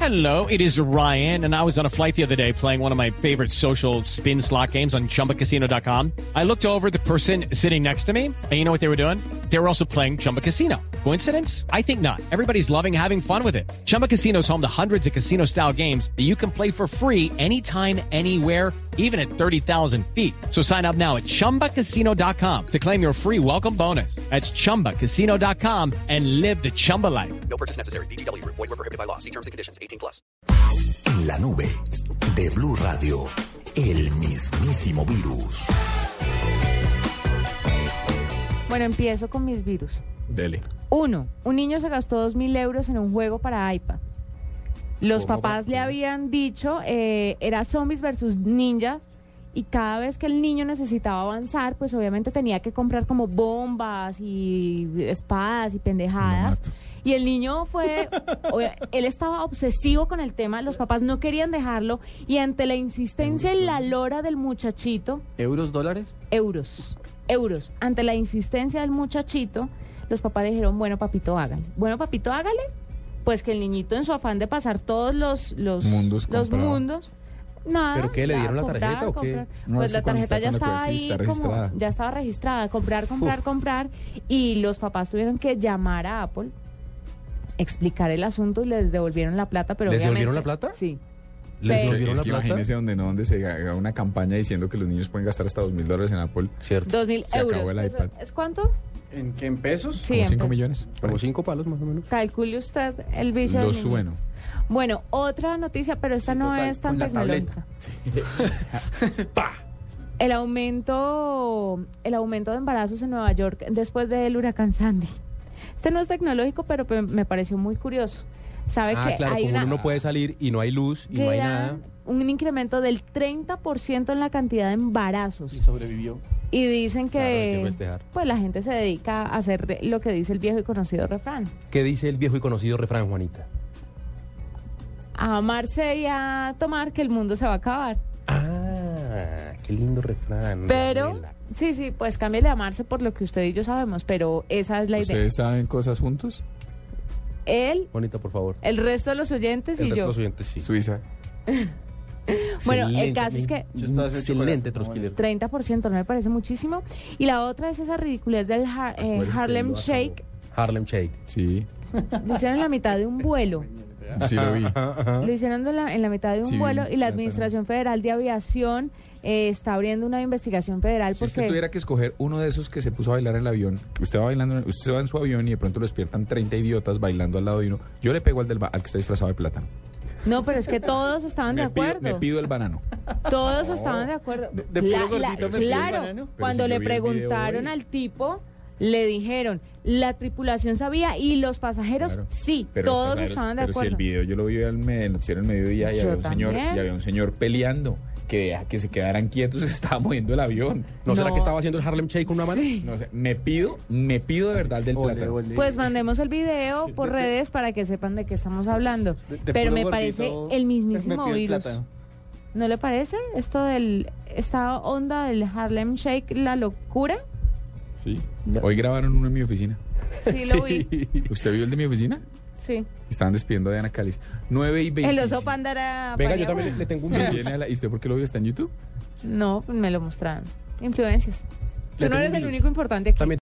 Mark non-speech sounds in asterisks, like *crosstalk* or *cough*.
Hello, it is Ryan, and I was on a flight the other day playing one of my favorite social spin slot games on chumbacasino.com. I looked over at the person sitting next to me, and you know what they were doing? They were also playing Chumba Casino. Coincidence? I think not. Everybody's loving having fun with it. Chumba Casino is home to hundreds of casino style games that you can play for free anytime, anywhere even at 30,000 feet. So sign up now at ChumbaCasino.com to claim your free welcome bonus. That's ChumbaCasino.com and live the Chumba life. No purchase necessary. BGW. Void were prohibited by law. See terms and conditions. 18 plus. En la nube de Blue Radio, el mismísimo virus. Bueno, empiezo con mis virus. Dele. Uno, un niño se gastó 2.000 euros en un juego para iPad. Los papás le habían dicho eh, era zombies versus ninjas y cada vez que el niño necesitaba avanzar, pues obviamente tenía que comprar como bombas y espadas y pendejadas. mato. Y el niño fue, obvia- él estaba obsesivo con el tema, los papás no querían dejarlo y ante la insistencia en la lora del muchachito, ¿Euros, dólares? euros, euros. Ante la insistencia del muchachito, los papás dijeron, bueno, papito, hágale. Bueno, papito, hágale. Pues que el niñito en su afán de pasar todos los, los Mundos los compraba. mundos nada. ¿Pero qué, le ya, dieron la tarjeta o qué? No, pues es la que cuando tarjeta está ya con el estaba juez, sí, ahí, está como, registrada. ya estaba registrada. Comprar, comprar, comprar. Y los papás tuvieron que llamar a Apple, explicar el asunto y les devolvieron la plata. Pero ¿Les devolvieron obviamente- la plata? Sí. Es Pero- que, ¿Vieron es la que plata? imagínese donde no, donde se haga una campaña diciendo que los niños pueden gastar hasta dos mil dólares en Apple. Cierto. Dos mil Se acabó euros. el ¿Eso iPad. ¿Es cuánto? ¿En qué? ¿En pesos? Sí, Como en 5 pesos. millones. Como cinco palos más o menos. Calcule usted el vicio. Lo del niño. sueno. Bueno, otra noticia, pero esta no total, es tan con la tecnológica. *laughs* El aumento, el aumento de embarazos en Nueva York después del huracán Sandy. Este no es tecnológico, pero pe- me pareció muy curioso. Sabe Ah, que claro, hay como una uno no puede salir y no hay luz y no hay gran- nada. un incremento del 30% en la cantidad de embarazos. Y sobrevivió. Y dicen Claro, hay que que festejar. pues la gente se dedica a hacer de- lo que dice el viejo y conocido refrán. ¿Qué dice el viejo y conocido refrán, Juanita? A amarse y a tomar que el mundo se va a acabar. Ah, qué lindo refrán. Pero, Gabriela. sí, sí, pues cámbiale a amarse por lo que usted y yo sabemos, pero esa es la idea. ¿Ustedes saben cosas juntos? Él, Juanita, por favor. el resto de los oyentes el y resto de yo. los oyentes, sí. Suiza. Bueno, el caso es que- Yo estaba haciendo chocolate. Excelente, Trotskiller. 30% no me parece muchísimo. Y la otra es esa ridiculez del Har- eh, Acuérdense, Harlem lo acabo. Shake. Harlem Shake. Sí, Lo hicieron en la mitad de un vuelo. sí lo *laughs* vi. Lo hicieron de la- en la mitad de un Ah. Sí, vuelo y la claro. Administración Federal de Aviación eh, está abriendo una investigación federal Si usted porque... tuviera que escoger uno de esos que se puso a bailar en el avión, que usted va bailando, usted se va en su avión y de pronto lo despiertan 30 idiotas bailando al lado de uno, yo le pego al, del ba- al que está disfrazado de plátano. No, pero es que todos estaban de *laughs* Me pido, acuerdo. me pido el banano. Todos estaban de acuerdo. De- de La- puro la- gordito me fui al claro, banano. cuando si le yo vi el video preguntaron hoy. al tipo, le dijeron, la tripulación sabía y los pasajeros Claro. sí, Pero los todos pasajeros- estaban de pero si acuerdo. el video yo lo vi al me- en el noticiero al mediodía y Yo había, un señor, también. y había un señor peleando que a que se quedaran quietos, *laughs* se estaba moviendo el avión. ¿No, será No. que estaba haciendo el Harlem Shake con una mano? No sé, me pido, me pido de verdad del Ole, plátano. ole. Pues mandemos el video por de- redes para que sepan de qué estamos hablando. De- de Pero puro me gordito, parece pues, el mismísimo me pidió Pues el virus. plátano. ¿No le parece esto del esta onda del Harlem Shake la locura? Sí. Hoy grabaron uno en mi oficina. Sí *laughs* lo vi. ¿Usted vio el de mi oficina? Sí. Estaban despidiendo a Diana Cáliz. 9 y 20. El oso panda era Venga, paneado. yo también le, *laughs* le tengo un virus. ¿Y usted por qué lo vio? ¿Está en YouTube? No, pues, me lo mostraron. Influencias. Tú Le no tengo eres un el virus. único importante aquí. También